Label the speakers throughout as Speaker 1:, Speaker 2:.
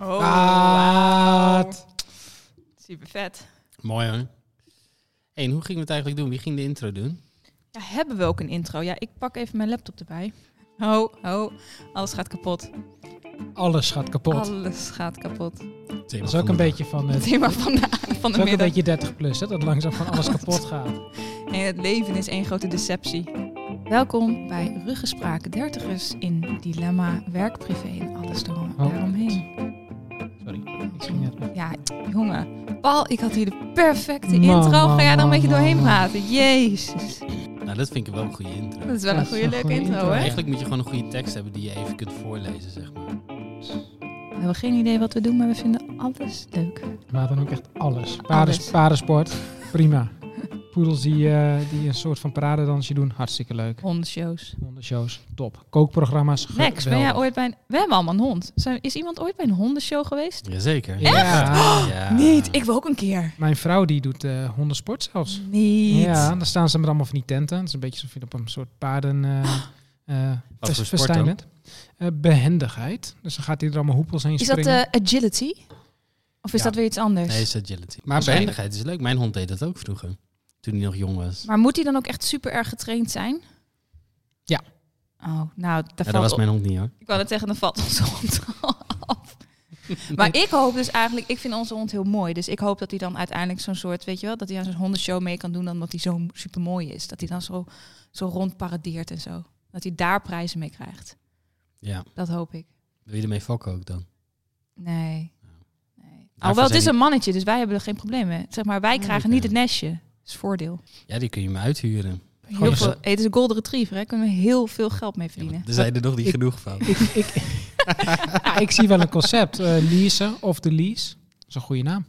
Speaker 1: Oh,
Speaker 2: Kaat.
Speaker 1: Super vet.
Speaker 2: Mooi hoor. Hey, en hoe gingen we het eigenlijk doen? Wie ging de intro doen?
Speaker 1: Ja, hebben we ook een intro? Ja, ik pak even mijn laptop erbij. Ho, ho, alles gaat kapot.
Speaker 3: Alles gaat kapot.
Speaker 1: Alles gaat kapot.
Speaker 3: dat is ook een beetje van
Speaker 1: Het
Speaker 3: het.
Speaker 1: thema van de, van
Speaker 3: Dat is
Speaker 1: de
Speaker 3: ook een
Speaker 1: middag.
Speaker 3: beetje 30 plus, hè? dat langzaam van alles kapot gaat.
Speaker 1: Nee, het leven is één grote deceptie. Welkom bij Ruggespraak Dertigers in Dilemma Werk, Privé en alles door,
Speaker 3: Oh.
Speaker 1: daaromheen.
Speaker 3: Sorry, ik ging net.
Speaker 1: Ja, jongen. Paul, ik had hier de perfecte
Speaker 3: Man,
Speaker 1: intro. Ga
Speaker 3: man,
Speaker 1: jij daar een
Speaker 3: man,
Speaker 1: beetje
Speaker 3: man,
Speaker 1: doorheen
Speaker 3: man.
Speaker 1: praten? Jezus.
Speaker 2: Nou, dat vind ik wel een goede intro.
Speaker 1: Dat is wel
Speaker 3: Ja,
Speaker 1: een
Speaker 3: dat is
Speaker 1: goede
Speaker 3: een
Speaker 1: leuke
Speaker 3: goede
Speaker 1: intro,
Speaker 3: intro.
Speaker 1: hè?
Speaker 2: Eigenlijk moet je gewoon een goede tekst hebben die je even kunt voorlezen, zeg maar.
Speaker 1: We hebben geen idee wat we doen, maar we vinden alles leuk.
Speaker 3: Maar dan ook echt alles.
Speaker 1: Alles.
Speaker 3: Paarden, paardensport, prima. Poedels die, eh, die een soort van paradedansje doen, hartstikke leuk.
Speaker 1: Hondenshows.
Speaker 3: Hondenshows, top. Kookprogramma's, geweldig.
Speaker 1: Max, ben jij ooit bij een... We hebben allemaal een hond. Zijn- Is iemand ooit bij een hondenshow geweest?
Speaker 2: Jazeker.
Speaker 3: Ja,
Speaker 2: Ja.
Speaker 1: Oh, Niet, ik wil ook een keer.
Speaker 3: mijn vrouw die doet eh, hondensport zelfs.
Speaker 1: Niet.
Speaker 3: Ja, dan staan ze met allemaal van die tenten. Het is een beetje alsof je op een soort paarden... eh
Speaker 1: Ah.
Speaker 3: eh,
Speaker 2: voor
Speaker 3: fes-
Speaker 2: sport
Speaker 3: festijn
Speaker 2: dan?
Speaker 3: bent. Eh, behendigheid. Dus dan gaat hij er allemaal hoepels heen
Speaker 1: Is dat
Speaker 3: springen.
Speaker 1: eh, agility? Of is
Speaker 3: Ja.
Speaker 1: dat weer iets anders?
Speaker 2: Nee, is agility. Maar
Speaker 3: Waarschijnlijk.
Speaker 2: behendigheid is leuk. Mijn hond deed dat ook vroeger. Toen hij nog jong was.
Speaker 1: Maar moet hij dan ook echt super erg getraind zijn?
Speaker 3: Ja.
Speaker 1: Oh, nou, daar
Speaker 2: Ja, dat
Speaker 1: valt
Speaker 2: was
Speaker 1: op-
Speaker 2: mijn hond niet hoor.
Speaker 1: Ik wou het zeggen, dan valt onze hond af. Maar ik hoop dus eigenlijk, ik vind onze hond heel mooi. Dus ik hoop dat hij dan uiteindelijk zo'n soort, weet je wel, dat hij aan zo'n hondenshow mee kan doen, dan dat hij zo super mooi is. Dat hij dan zo, zo rond paradeert en zo. Dat hij daar prijzen mee krijgt.
Speaker 2: Ja.
Speaker 1: Dat hoop ik.
Speaker 2: Wil je ermee fokken ook dan?
Speaker 1: Nee. nee.
Speaker 2: zijn
Speaker 1: Alhoewel, Oh, het is
Speaker 2: die-
Speaker 1: een mannetje, dus wij hebben er geen probleem mee. Zeg maar, wij krijgen
Speaker 2: oké.
Speaker 1: niet het nestje. Dat is voordeel.
Speaker 2: Ja, die kun je me uithuren.
Speaker 3: Gewoon
Speaker 1: Heel
Speaker 3: een
Speaker 1: veel,
Speaker 3: zo-
Speaker 1: hey, het is een golden retriever, hè? Kunnen we heel veel geld mee
Speaker 2: Ja, maar
Speaker 1: verdienen.
Speaker 2: er zijn er nog niet
Speaker 3: Ik-
Speaker 2: genoeg van.
Speaker 1: eh,
Speaker 3: Ik, ik, Ja, ik zie wel een concept. eh leasen of de lease. Dat is een goede naam.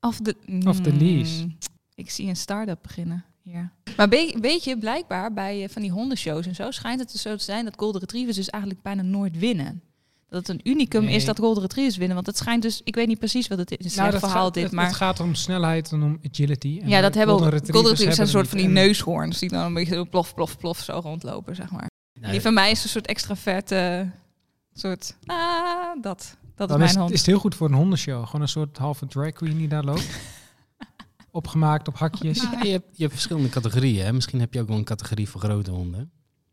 Speaker 1: Of de,
Speaker 3: Of de lease.
Speaker 1: Mm, Ik zie een start-up beginnen hier. Maar be- weet je, blijkbaar bij eh, van die hondenshows en zo schijnt het dus zo te zijn dat golden retrievers dus eigenlijk bijna nooit winnen. Dat het een unicum
Speaker 3: Nee.
Speaker 1: is dat golden retrievers winnen, want het schijnt dus, ik weet niet precies wat het is. Het is een slecht verhaal
Speaker 3: Nou, gaat,
Speaker 1: dit,
Speaker 3: het,
Speaker 1: maar
Speaker 3: het gaat om snelheid en om agility. En
Speaker 1: ja, dat
Speaker 3: de
Speaker 1: hebben
Speaker 3: golden
Speaker 1: golden retrievers, zijn een soort van die
Speaker 3: hebben het
Speaker 1: neushoorns die dan een beetje zo plof, plof, plof zo rondlopen, zeg maar.
Speaker 2: Ja,
Speaker 1: Die van mij is een soort extraverte soort ah dat. Dat
Speaker 3: niet.
Speaker 1: is
Speaker 3: Dan
Speaker 1: mijn
Speaker 3: is,
Speaker 1: hond.
Speaker 3: is het heel goed voor een hondenshow. Gewoon een soort halve drag queen die daar loopt. Opgemaakt op hakjes.
Speaker 2: Ja, je, hebt, je hebt verschillende categorieën. Hè? Misschien heb je ook wel een categorie voor grote honden.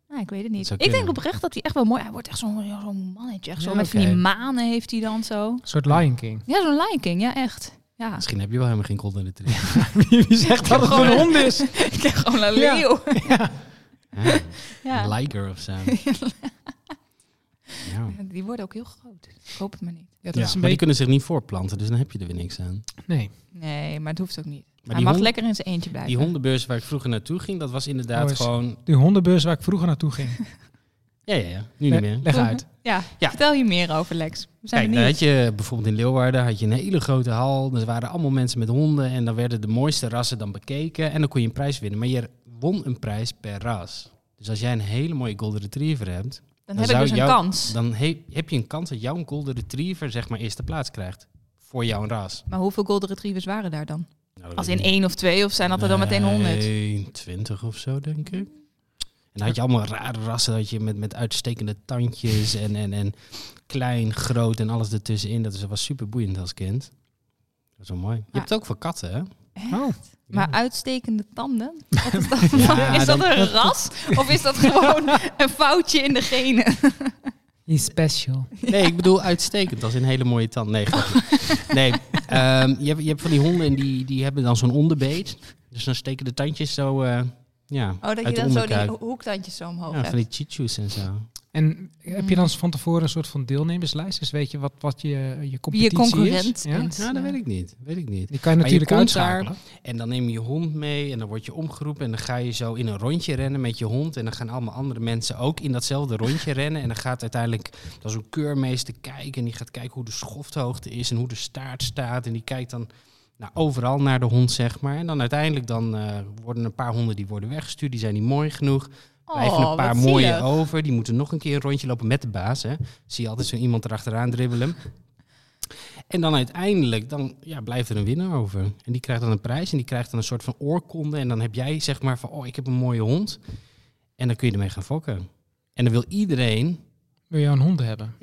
Speaker 1: Nou, ik weet het niet.
Speaker 2: zou
Speaker 1: Ik denk
Speaker 2: kunnen.
Speaker 1: oprecht dat hij echt wel mooi... Hij wordt echt zo'n ja, zo'n mannetje. Echt zo
Speaker 2: Ja,
Speaker 1: met van die
Speaker 2: oké.
Speaker 1: manen heeft hij dan zo.
Speaker 3: Een soort Lion King.
Speaker 1: Ja, zo'n Lion King. Ja, echt. Ja.
Speaker 2: Misschien heb je wel helemaal geen golden retriever.
Speaker 3: Wie zegt dat het
Speaker 1: Gewoon-
Speaker 3: een hond is?
Speaker 1: Ik heb gewoon een
Speaker 3: Ja.
Speaker 1: leeuw.
Speaker 2: Ja,
Speaker 1: Ja.
Speaker 2: Een liger of zo. Ja.
Speaker 1: Die worden ook heel groot. Ik hoop het maar niet.
Speaker 3: Ja, dat
Speaker 2: Ja,
Speaker 3: is een
Speaker 2: maar die
Speaker 3: beetje...
Speaker 2: kunnen zich niet voortplanten, dus dan heb je er weer niks aan.
Speaker 3: Nee.
Speaker 1: Nee, maar het hoeft ook niet.
Speaker 2: Maar
Speaker 1: hij
Speaker 2: die,
Speaker 1: mag
Speaker 2: hond-
Speaker 1: lekker in zijn eentje blijven.
Speaker 2: die hondenbeurs waar ik vroeger naartoe ging, dat was inderdaad
Speaker 3: Oh, is-
Speaker 2: gewoon...
Speaker 3: Die hondenbeurs waar ik vroeger naartoe ging.
Speaker 2: Ja, ja, ja. Nu niet
Speaker 3: Le-
Speaker 2: meer.
Speaker 3: Leg uit.
Speaker 1: Ja,
Speaker 2: Ja.
Speaker 1: vertel hier meer over, Lex. We zijn
Speaker 2: Kijk, dan
Speaker 1: benieuwd.
Speaker 2: had je bijvoorbeeld in Leeuwarden had je een hele grote hal. Er waren allemaal mensen met honden en dan werden de mooiste rassen dan bekeken. En dan kon je een prijs winnen. Maar je won een prijs per ras. Dus als jij een hele mooie golden retriever hebt,
Speaker 1: Dan,
Speaker 2: dan
Speaker 1: heb ik
Speaker 2: zou
Speaker 1: dus een
Speaker 2: jou-
Speaker 1: kans.
Speaker 2: dan he- heb je een kans dat jouw golden retriever zeg maar eerste plaats krijgt. Voor jouw ras.
Speaker 1: Maar hoeveel golden retrievers waren daar dan?
Speaker 2: Nou, dat
Speaker 1: Als
Speaker 2: weet
Speaker 1: in
Speaker 2: ik
Speaker 1: één of twee, of zijn dat er dan meteen honderd?
Speaker 2: Nee, 20 of zo, denk ik. En dan had je allemaal rare rassen dat je met, met uitstekende tandjes en, en, en klein, groot en alles ertussenin. Dat is- dat was super boeiend als kind. Dat is wel mooi. Je
Speaker 1: Maar-
Speaker 2: hebt het ook voor katten, hè?
Speaker 3: Oh.
Speaker 1: Maar uitstekende tanden? Wat is dat, is dat
Speaker 2: dan-
Speaker 1: een ras? Of is dat gewoon een foutje in de genen?
Speaker 3: He's special.
Speaker 2: Nee, ik bedoel uitstekend. als in hele mooie tand. Nee, grapje.
Speaker 1: Oh.
Speaker 2: nee ehm, je, hebt, je hebt van die honden en die, die hebben dan zo'n onderbeet. Dus dan steken de tandjes zo eh, ja,
Speaker 1: Oh, dat
Speaker 2: uit
Speaker 1: je
Speaker 2: de
Speaker 1: dan zo die
Speaker 2: onderkuit.
Speaker 1: ho- hoektandjes zo omhoog
Speaker 2: Ja,
Speaker 1: hebt.
Speaker 2: van die chichus en zo.
Speaker 3: En heb je dan van tevoren een soort van deelnemerslijst? Dus weet je wat, wat je, je
Speaker 1: Mm. Wie je
Speaker 3: competitie
Speaker 1: concurrent
Speaker 3: is? Ja?
Speaker 1: bent.
Speaker 2: Nou, dat weet ik niet. Weet ik niet.
Speaker 3: Die kan je
Speaker 2: Maar je
Speaker 3: natuurlijk
Speaker 2: komt
Speaker 3: uitschakelen.
Speaker 2: En dan neem je je hond mee en dan word je omgeroepen en dan ga je zo in een rondje rennen met je hond. En dan gaan allemaal andere mensen ook in datzelfde rondje rennen. En dan gaat uiteindelijk, dan zo'n keurmeester kijken en die gaat kijken hoe de schofthoogte is en hoe de staart staat. En die kijkt dan nou, overal naar de hond, zeg maar. En dan uiteindelijk dan, eh, worden een paar honden die worden weggestuurd, die zijn niet mooi genoeg. Blijven een paar
Speaker 1: Oh, wat
Speaker 2: mooie
Speaker 1: zielig.
Speaker 2: over, die moeten nog een keer een rondje lopen met de baas. Hè. Zie je altijd zo iemand erachteraan dribbelen. En dan uiteindelijk, dan ja, blijft er een winnaar over. En die krijgt dan een prijs en die krijgt dan een soort van oorkonde. En dan heb jij zeg maar van, oh, ik heb een mooie hond. En dan kun je ermee gaan fokken. En dan wil iedereen...
Speaker 3: Wil je een hond hebben?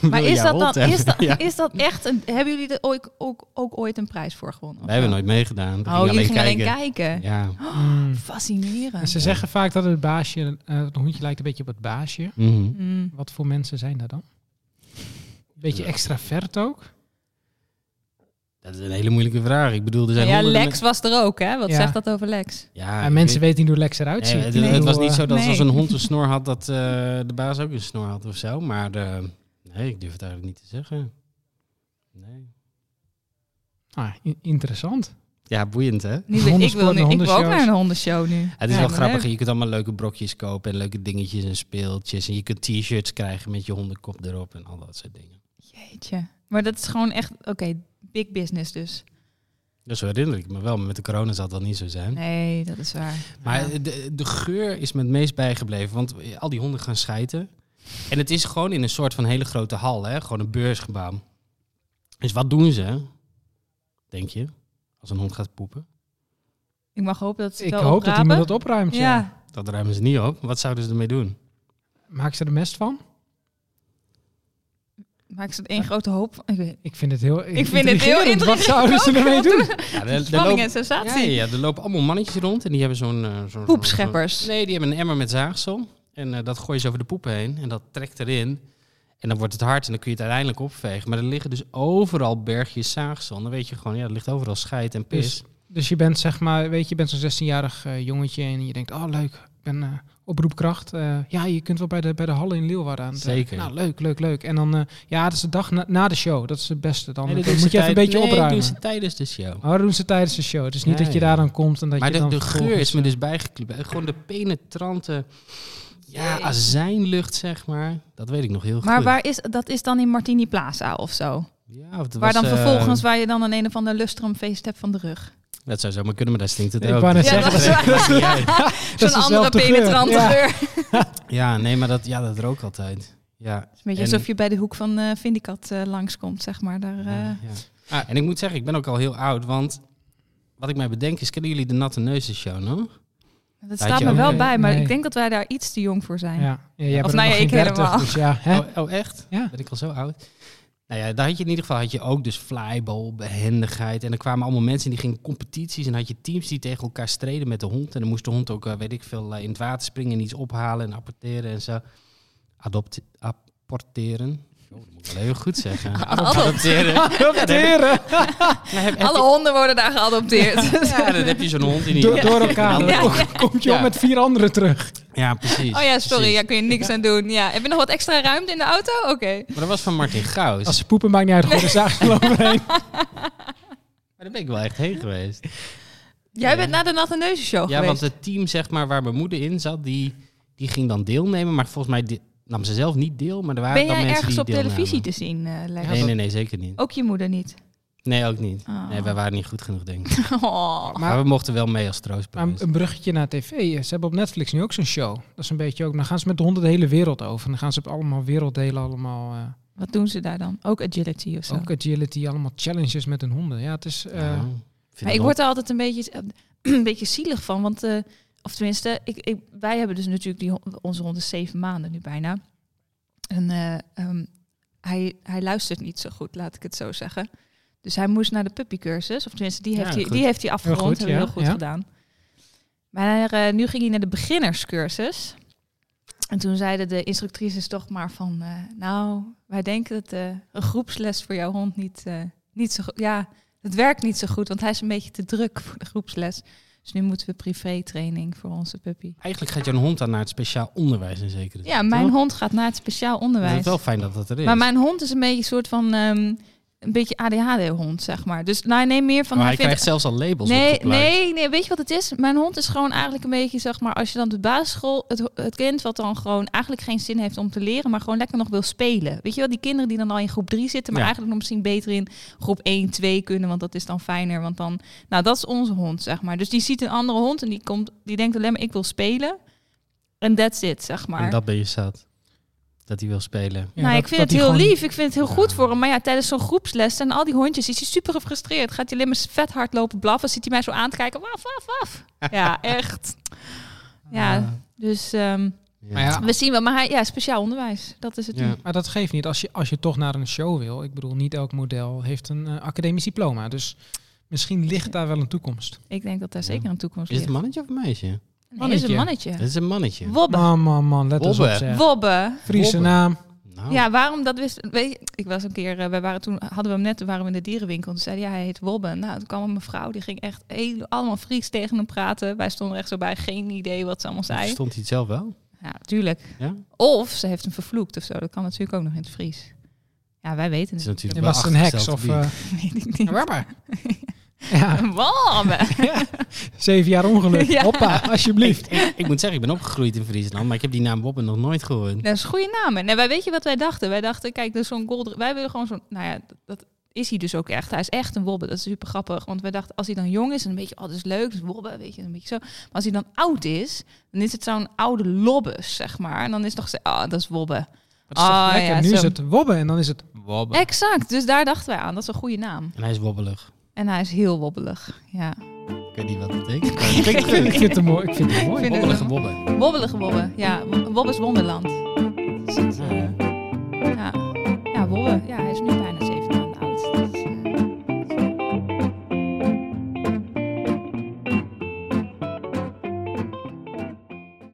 Speaker 1: Maar
Speaker 2: wil
Speaker 1: is
Speaker 2: jouw
Speaker 1: dat, dan,
Speaker 2: hond hebben.
Speaker 1: is, dat,
Speaker 2: Ja.
Speaker 1: is dat echt een... Hebben jullie er ook, ook, ook ooit een prijs voor gewonnen?
Speaker 2: Wij hebben nooit meegedaan. We
Speaker 1: Oh,
Speaker 2: gingen
Speaker 1: jullie
Speaker 2: alleen
Speaker 1: gingen alleen
Speaker 2: kijken.
Speaker 1: kijken. Oh,
Speaker 2: Ja.
Speaker 3: Mm.
Speaker 1: Ah,
Speaker 3: En
Speaker 1: Fascinerend.
Speaker 3: ze zeggen vaak dat het baasje, eh, het hondje lijkt een beetje op het baasje.
Speaker 2: Mhm.
Speaker 1: Mm.
Speaker 3: Wat voor mensen zijn dat dan? Beetje
Speaker 2: Ja.
Speaker 3: extravert ook?
Speaker 2: Dat is een hele moeilijke vraag. Ik bedoel, er zijn
Speaker 1: ja,
Speaker 2: honderden
Speaker 1: Lex was er ook, hè? Wat
Speaker 3: Ja.
Speaker 1: zegt dat over Lex?
Speaker 2: men- Ja,
Speaker 3: en
Speaker 2: ik
Speaker 3: mensen
Speaker 2: weet-
Speaker 3: weten niet hoe Lex eruit ziet.
Speaker 2: Nee, het,
Speaker 1: Nee.
Speaker 2: het was
Speaker 3: Ik bedoel,
Speaker 2: niet zo dat
Speaker 1: Nee.
Speaker 2: als een hond een snor had, dat eh, de baas ook een snor had of zo. Maar eh, nee, ik durf het eigenlijk niet te zeggen. Nee.
Speaker 3: eh, ah, in- interessant.
Speaker 2: Ja, boeiend hè?
Speaker 1: Nu wil- ik, wil
Speaker 3: Hondensport
Speaker 1: nu,
Speaker 3: en
Speaker 1: ik wil ook
Speaker 3: hondenshows.
Speaker 1: naar een hondenshow nu.
Speaker 2: Het is
Speaker 1: Ja,
Speaker 2: wel
Speaker 1: maar
Speaker 2: grappig.
Speaker 1: leuk.
Speaker 2: Je kunt allemaal leuke brokjes kopen en leuke dingetjes en speeltjes. En je kunt t-shirts krijgen met je hondenkop erop en al dat soort dingen.
Speaker 1: Jeetje. Maar dat is gewoon echt... Oké, big business dus.
Speaker 2: Dus zo herinner ik me wel. Maar met de corona zal dat niet zo zijn.
Speaker 1: Nee, dat is waar.
Speaker 2: Maar
Speaker 1: Ja.
Speaker 2: de, de geur is me het meest bijgebleven. Want eh, al die honden gaan schijten. En het is gewoon in een soort van hele grote hal. Hè? Gewoon een beursgebouw. Dus wat doen ze? Denk je? Als een hond gaat poepen.
Speaker 1: Ik mag hopen dat ze
Speaker 3: Ik hoop dat iemand
Speaker 1: me
Speaker 3: dat opruimt. Ja.
Speaker 1: Ja.
Speaker 2: Dat ruimen ze niet op. Wat zouden ze ermee doen?
Speaker 3: Maak ze er mest van?
Speaker 1: Maak ze er één grote hoop van. Ik weet-
Speaker 3: Ik vind het heel
Speaker 1: Ik vind het heel
Speaker 3: intrigerend. Wat zouden ze
Speaker 1: intrigerend
Speaker 3: ermee
Speaker 1: ook.
Speaker 3: doen?
Speaker 2: Ja, er- er
Speaker 1: Spanning
Speaker 2: lopen-
Speaker 1: en
Speaker 2: ja,
Speaker 1: sensatie.
Speaker 2: ja, er lopen allemaal mannetjes rond. En die hebben zo'n... eh, zo'n-
Speaker 1: Poepscheppers.
Speaker 2: Nee, die hebben een emmer met zaagsel. En eh, dat gooi je ze over de poep heen. En dat trekt erin. En dan wordt het hard en dan kun je het uiteindelijk opvegen. Maar er liggen dus overal bergjes zaagsel. En dan weet je gewoon, ja, er ligt overal scheid en pis.
Speaker 3: Dus, dus je bent zeg maar, weet je, je bent zo'n 16-jarig eh, jongetje en je denkt, oh leuk, ik ben eh, oproepkracht. Eh, ja, je kunt wel bij de, bij de Halle in Leeuwarden aan het werk.
Speaker 2: Zeker.
Speaker 3: Nou, leuk, leuk, leuk. En dan, eh, ja, dat is de dag na, na de show. Dat is het beste. Dan,
Speaker 2: Nee, dat
Speaker 3: dan
Speaker 2: doen
Speaker 3: moet
Speaker 2: ze
Speaker 3: je even een
Speaker 2: tijd-
Speaker 3: beetje
Speaker 2: nee, dat
Speaker 3: opruimen.
Speaker 2: doen ze tijdens de show.
Speaker 3: Oh, dat doen ze tijdens de show. Het is niet
Speaker 2: Ja,
Speaker 3: dat je
Speaker 2: ja.
Speaker 3: daar dan komt en dat
Speaker 2: maar
Speaker 3: je dan
Speaker 2: de, de geur
Speaker 3: vervolgens,
Speaker 2: is me
Speaker 3: eh,
Speaker 2: dus bijgekleven. Gewoon de penetrante ja,
Speaker 1: Jezus.
Speaker 2: azijnlucht, zeg maar. Dat weet ik nog heel goed.
Speaker 1: Maar waar is, dat is dan in Martini Plaza of zo?
Speaker 2: Ja, of het
Speaker 1: waar
Speaker 2: was,
Speaker 1: dan
Speaker 2: eh,
Speaker 1: vervolgens waar je dan een een of ander lustrumfeest hebt van de rug.
Speaker 2: Dat zou zomaar kunnen, maar daar stinkt het
Speaker 3: Ik
Speaker 2: ook.
Speaker 3: wou net
Speaker 2: Dus
Speaker 3: zeggen, dat
Speaker 2: dat weet ik niet.
Speaker 1: Zo'n andere
Speaker 3: dezelfde geur.
Speaker 1: penetrante
Speaker 3: Ja.
Speaker 1: geur. Het
Speaker 2: Ja, nee, maar dat, ja, dat rook altijd. Ja,
Speaker 1: is een beetje
Speaker 2: En-
Speaker 1: alsof je bij de hoek van eh Vindicat eh, langskomt, zeg maar. Daar, eh.
Speaker 2: Ja, ja. Ah, en ik moet zeggen, ik ben ook al heel oud, want wat ik mij bedenk is, kennen jullie de Natte Neuzen show nog?
Speaker 1: Dat
Speaker 2: je
Speaker 1: staat me
Speaker 2: ook-
Speaker 1: wel
Speaker 3: Nee,
Speaker 1: bij, maar
Speaker 3: nee.
Speaker 1: ik denk dat wij daar iets te jong voor zijn.
Speaker 3: Ja, ja, jij
Speaker 1: Of
Speaker 3: bent
Speaker 1: nou ja,
Speaker 3: nog geen
Speaker 1: ik
Speaker 3: 30,
Speaker 1: helemaal.
Speaker 3: dus ja, hè?
Speaker 2: Oh, oh, echt?
Speaker 3: Ja.
Speaker 2: Ben ik al zo oud? Nou ja, daar had je in ieder geval had je ook dus flyball, behendigheid. En er kwamen allemaal mensen die gingen competities. En had je teams die tegen elkaar streden met de hond. En dan moest de hond ook, eh, weet ik veel, eh, in het water springen en iets ophalen en apporteren en zo. Adopt apporteren. Oh, dat moet ik wel heel goed zeggen.
Speaker 1: Adopt-
Speaker 2: Adopteren.
Speaker 3: Adopteren!
Speaker 2: Maar heb- heb
Speaker 1: Alle honden worden daar geadopteerd.
Speaker 2: je- ja, dan heb je zo'n hond in die...
Speaker 3: Door, door elkaar.
Speaker 2: Ja,
Speaker 3: Dan
Speaker 1: Ja, ja.
Speaker 3: komt je
Speaker 2: Ja.
Speaker 3: om met vier anderen terug.
Speaker 2: Ja, precies.
Speaker 1: Oh ja, sorry,
Speaker 2: precies.
Speaker 1: daar kun je niks aan doen. Ja. Heb je nog wat extra ruimte in de auto? Oké.
Speaker 2: Maar dat was van Martin Gauws.
Speaker 3: Als ze poepen, maakt niet uit. Gooi de zaag overheen.
Speaker 2: Maar daar ben ik wel echt heen geweest.
Speaker 1: Jij
Speaker 2: Ja.
Speaker 1: bent naar de Natte Neuzenshow
Speaker 2: Ja,
Speaker 1: geweest.
Speaker 2: want het team zeg maar, waar mijn moeder in zat, die, die ging dan deelnemen. Maar volgens mij de- nam ze zelf niet deel, maar er waren
Speaker 1: ben
Speaker 2: dan
Speaker 1: jij
Speaker 2: mensen
Speaker 1: ergens
Speaker 2: die
Speaker 1: op
Speaker 2: deelnamen.
Speaker 1: televisie te zien, eh Lex?
Speaker 2: Nee, nee, nee, zeker niet.
Speaker 1: Ook je moeder niet.
Speaker 2: Nee, ook niet.
Speaker 1: Oh.
Speaker 2: Nee, wij waren niet goed genoeg, denk ik.
Speaker 1: Oh.
Speaker 2: Maar, we mochten wel mee als
Speaker 3: Maar
Speaker 2: troostprijs.
Speaker 3: een bruggetje naar tv. Ze hebben op Netflix nu ook zo'n show. Dat is een beetje ook. Dan gaan ze met de honden de hele wereld over. En dan gaan ze op allemaal werelddelen, allemaal eh,
Speaker 1: Wat doen ze daar dan? Ook agility of zo?
Speaker 3: ook agility, allemaal challenges met hun honden. Ja, het is. eh,
Speaker 2: Ja, vind
Speaker 1: Maar
Speaker 2: ik
Speaker 1: ik
Speaker 2: wel-
Speaker 1: word er altijd een beetje, een beetje zielig van. Want, eh, of tenminste, ik, ik, wij hebben dus natuurlijk die, hon- onze hond is zeven maanden nu bijna. En eh, ehm, hij, hij luistert niet zo goed, laat ik het zo zeggen. Dus hij moest naar de puppycursus. Of tenminste, die
Speaker 2: Ja,
Speaker 1: heeft, hij,
Speaker 2: goed.
Speaker 1: die heeft hij afgerond.
Speaker 3: goed,
Speaker 1: hebben we
Speaker 3: ja,
Speaker 1: heel goed
Speaker 3: ja.
Speaker 1: gedaan. Maar eh, nu ging hij naar de beginnerscursus. En toen zeiden de instructrices toch maar van... eh, nou, wij denken dat eh, een groepsles voor jouw hond niet, eh, niet zo goed... Ja, het werkt niet zo goed, want hij is een beetje te druk voor de groepsles. Dus nu moeten we privé training voor onze puppy.
Speaker 2: Eigenlijk gaat jouw hond dan naar het speciaal onderwijs in zekere zin.
Speaker 1: Ja, mijn
Speaker 2: toch?
Speaker 1: hond gaat naar het speciaal
Speaker 2: Het is
Speaker 1: onderwijs.
Speaker 2: wel fijn dat dat er is.
Speaker 1: Maar mijn hond is een beetje een soort van... ehm, een beetje ADHD-hond, zeg maar. Dus nou, nee, meer van...
Speaker 2: maar Oh, hij
Speaker 1: hij vindt
Speaker 2: krijgt zelfs al labels
Speaker 1: Nee,
Speaker 2: opgeplakt.
Speaker 1: nee, nee, weet je wat het is? Mijn hond is gewoon eigenlijk een beetje, zeg maar, als je dan op de basisschool het, het kind wat dan gewoon eigenlijk geen zin heeft om te leren, maar gewoon lekker nog wil spelen. Weet je wel, die kinderen die dan al in groep 3 zitten, maar
Speaker 2: Ja.
Speaker 1: eigenlijk nog misschien beter in groep 1, 2 kunnen, want dat is dan fijner. Want dan, nou, dat is onze hond, zeg maar. Dus die ziet een andere hond en die, komt, die denkt alleen maar, ik wil spelen. En that's it, zeg maar.
Speaker 2: En dat ben je zat. Dat hij wil spelen.
Speaker 3: ja,
Speaker 1: nou,
Speaker 3: dat-
Speaker 1: ik vind
Speaker 3: dat
Speaker 1: het
Speaker 3: die
Speaker 1: heel
Speaker 3: gewoon-
Speaker 1: lief. Ik vind het heel
Speaker 2: Ja.
Speaker 1: goed voor hem. Maar ja, tijdens zo'n groepsles zijn al die hondjes is hij super gefrustreerd. Gaat hij alleen maar vet hard lopen blaffen. Zit hij mij zo aan te kijken. Waf, waf, waf. Ja, echt. Ja, dus ehm,
Speaker 2: Ja.
Speaker 3: Maar ja,
Speaker 1: We zien wel, maar hij, ja, speciaal onderwijs. Dat is het
Speaker 2: Ja.
Speaker 1: nu.
Speaker 3: Maar dat geeft niet. Als je, als je toch naar een show wil, ik bedoel, niet elk model heeft een eh, academisch diploma. Dus misschien ligt daar wel een toekomst.
Speaker 1: Ik denk dat daar
Speaker 2: Ja.
Speaker 1: zeker een toekomst
Speaker 2: Is het
Speaker 1: ligt.
Speaker 2: een mannetje of een meisje?
Speaker 1: Nee, het is een
Speaker 2: Het
Speaker 1: mannetje.
Speaker 2: is een mannetje. Oh,
Speaker 1: Wobbe.
Speaker 3: Man, man, man, let eens op.
Speaker 2: Wobbe.
Speaker 3: zeg.
Speaker 1: Wobbe.
Speaker 3: Friese
Speaker 2: Wobbe.
Speaker 3: naam.
Speaker 2: Nou,
Speaker 1: Ja, waarom dat wist... Weet je, ik was een keer... eh, wij waren toen, hadden we hem net, toen waren we in de dierenwinkel. Toen zei hij, ja, hij heet Wobbe. Nou, toen kwam een mevrouw, die ging echt heel, allemaal Fries tegen hem praten. Wij stonden er echt zo bij, geen idee wat ze allemaal zei.
Speaker 2: Stond hij het zelf wel?
Speaker 1: Ja, natuurlijk.
Speaker 2: Ja?
Speaker 1: Of ze heeft hem vervloekt of zo. Dat kan natuurlijk ook nog in het Fries. Ja, wij weten
Speaker 2: Het is
Speaker 1: het.
Speaker 2: natuurlijk
Speaker 3: En
Speaker 2: wel
Speaker 3: was het een heks
Speaker 2: achtergesteld
Speaker 3: of...
Speaker 2: gebied.
Speaker 3: eh,
Speaker 1: Weet ik niet.
Speaker 3: Wobbe. ja,
Speaker 1: Wobbe.
Speaker 3: zeven jaar ongeluk.
Speaker 1: Ja.
Speaker 3: Hoppa, alsjeblieft.
Speaker 2: ik, ik moet zeggen, ik ben opgegroeid in Friesland, maar ik heb die naam Wobbe nog nooit gehoord.
Speaker 1: Dat is een goede naam. hè. Nee, wij weet je wat wij dachten? Wij dachten, kijk, dus zo'n gold. Wij willen gewoon zo'n. Nou ja, dat, dat is hij dus ook echt. Hij is echt een wobbe. Dat is super grappig. Want wij dachten, als hij dan jong is, een beetje, oh, dat is leuk, dat is wobbe, weet je, een beetje zo. Maar als hij dan oud is, dan is het zo'n oude lobbes, zeg maar. En dan is het nog zo, ah, dat is wobbe.
Speaker 3: Dat is toch
Speaker 1: Ah,
Speaker 3: lekker.
Speaker 1: ja,
Speaker 3: nu
Speaker 1: zo.
Speaker 3: is het wobben en dan is het...
Speaker 2: Wobbe.
Speaker 1: Exact. Dus daar dachten wij aan. Dat is een goede naam.
Speaker 2: En hij is wobbelig.
Speaker 1: En hij is heel wobbelig. Ja.
Speaker 2: Ik weet niet wat dat betekent.
Speaker 3: Ik vind, ik vind het mooi. Ik vind het mooi.
Speaker 1: Ik vind het-
Speaker 2: Wobbelige Wobbe.
Speaker 1: Wobbelige wobbe. Ja. Wobbes Wonderland.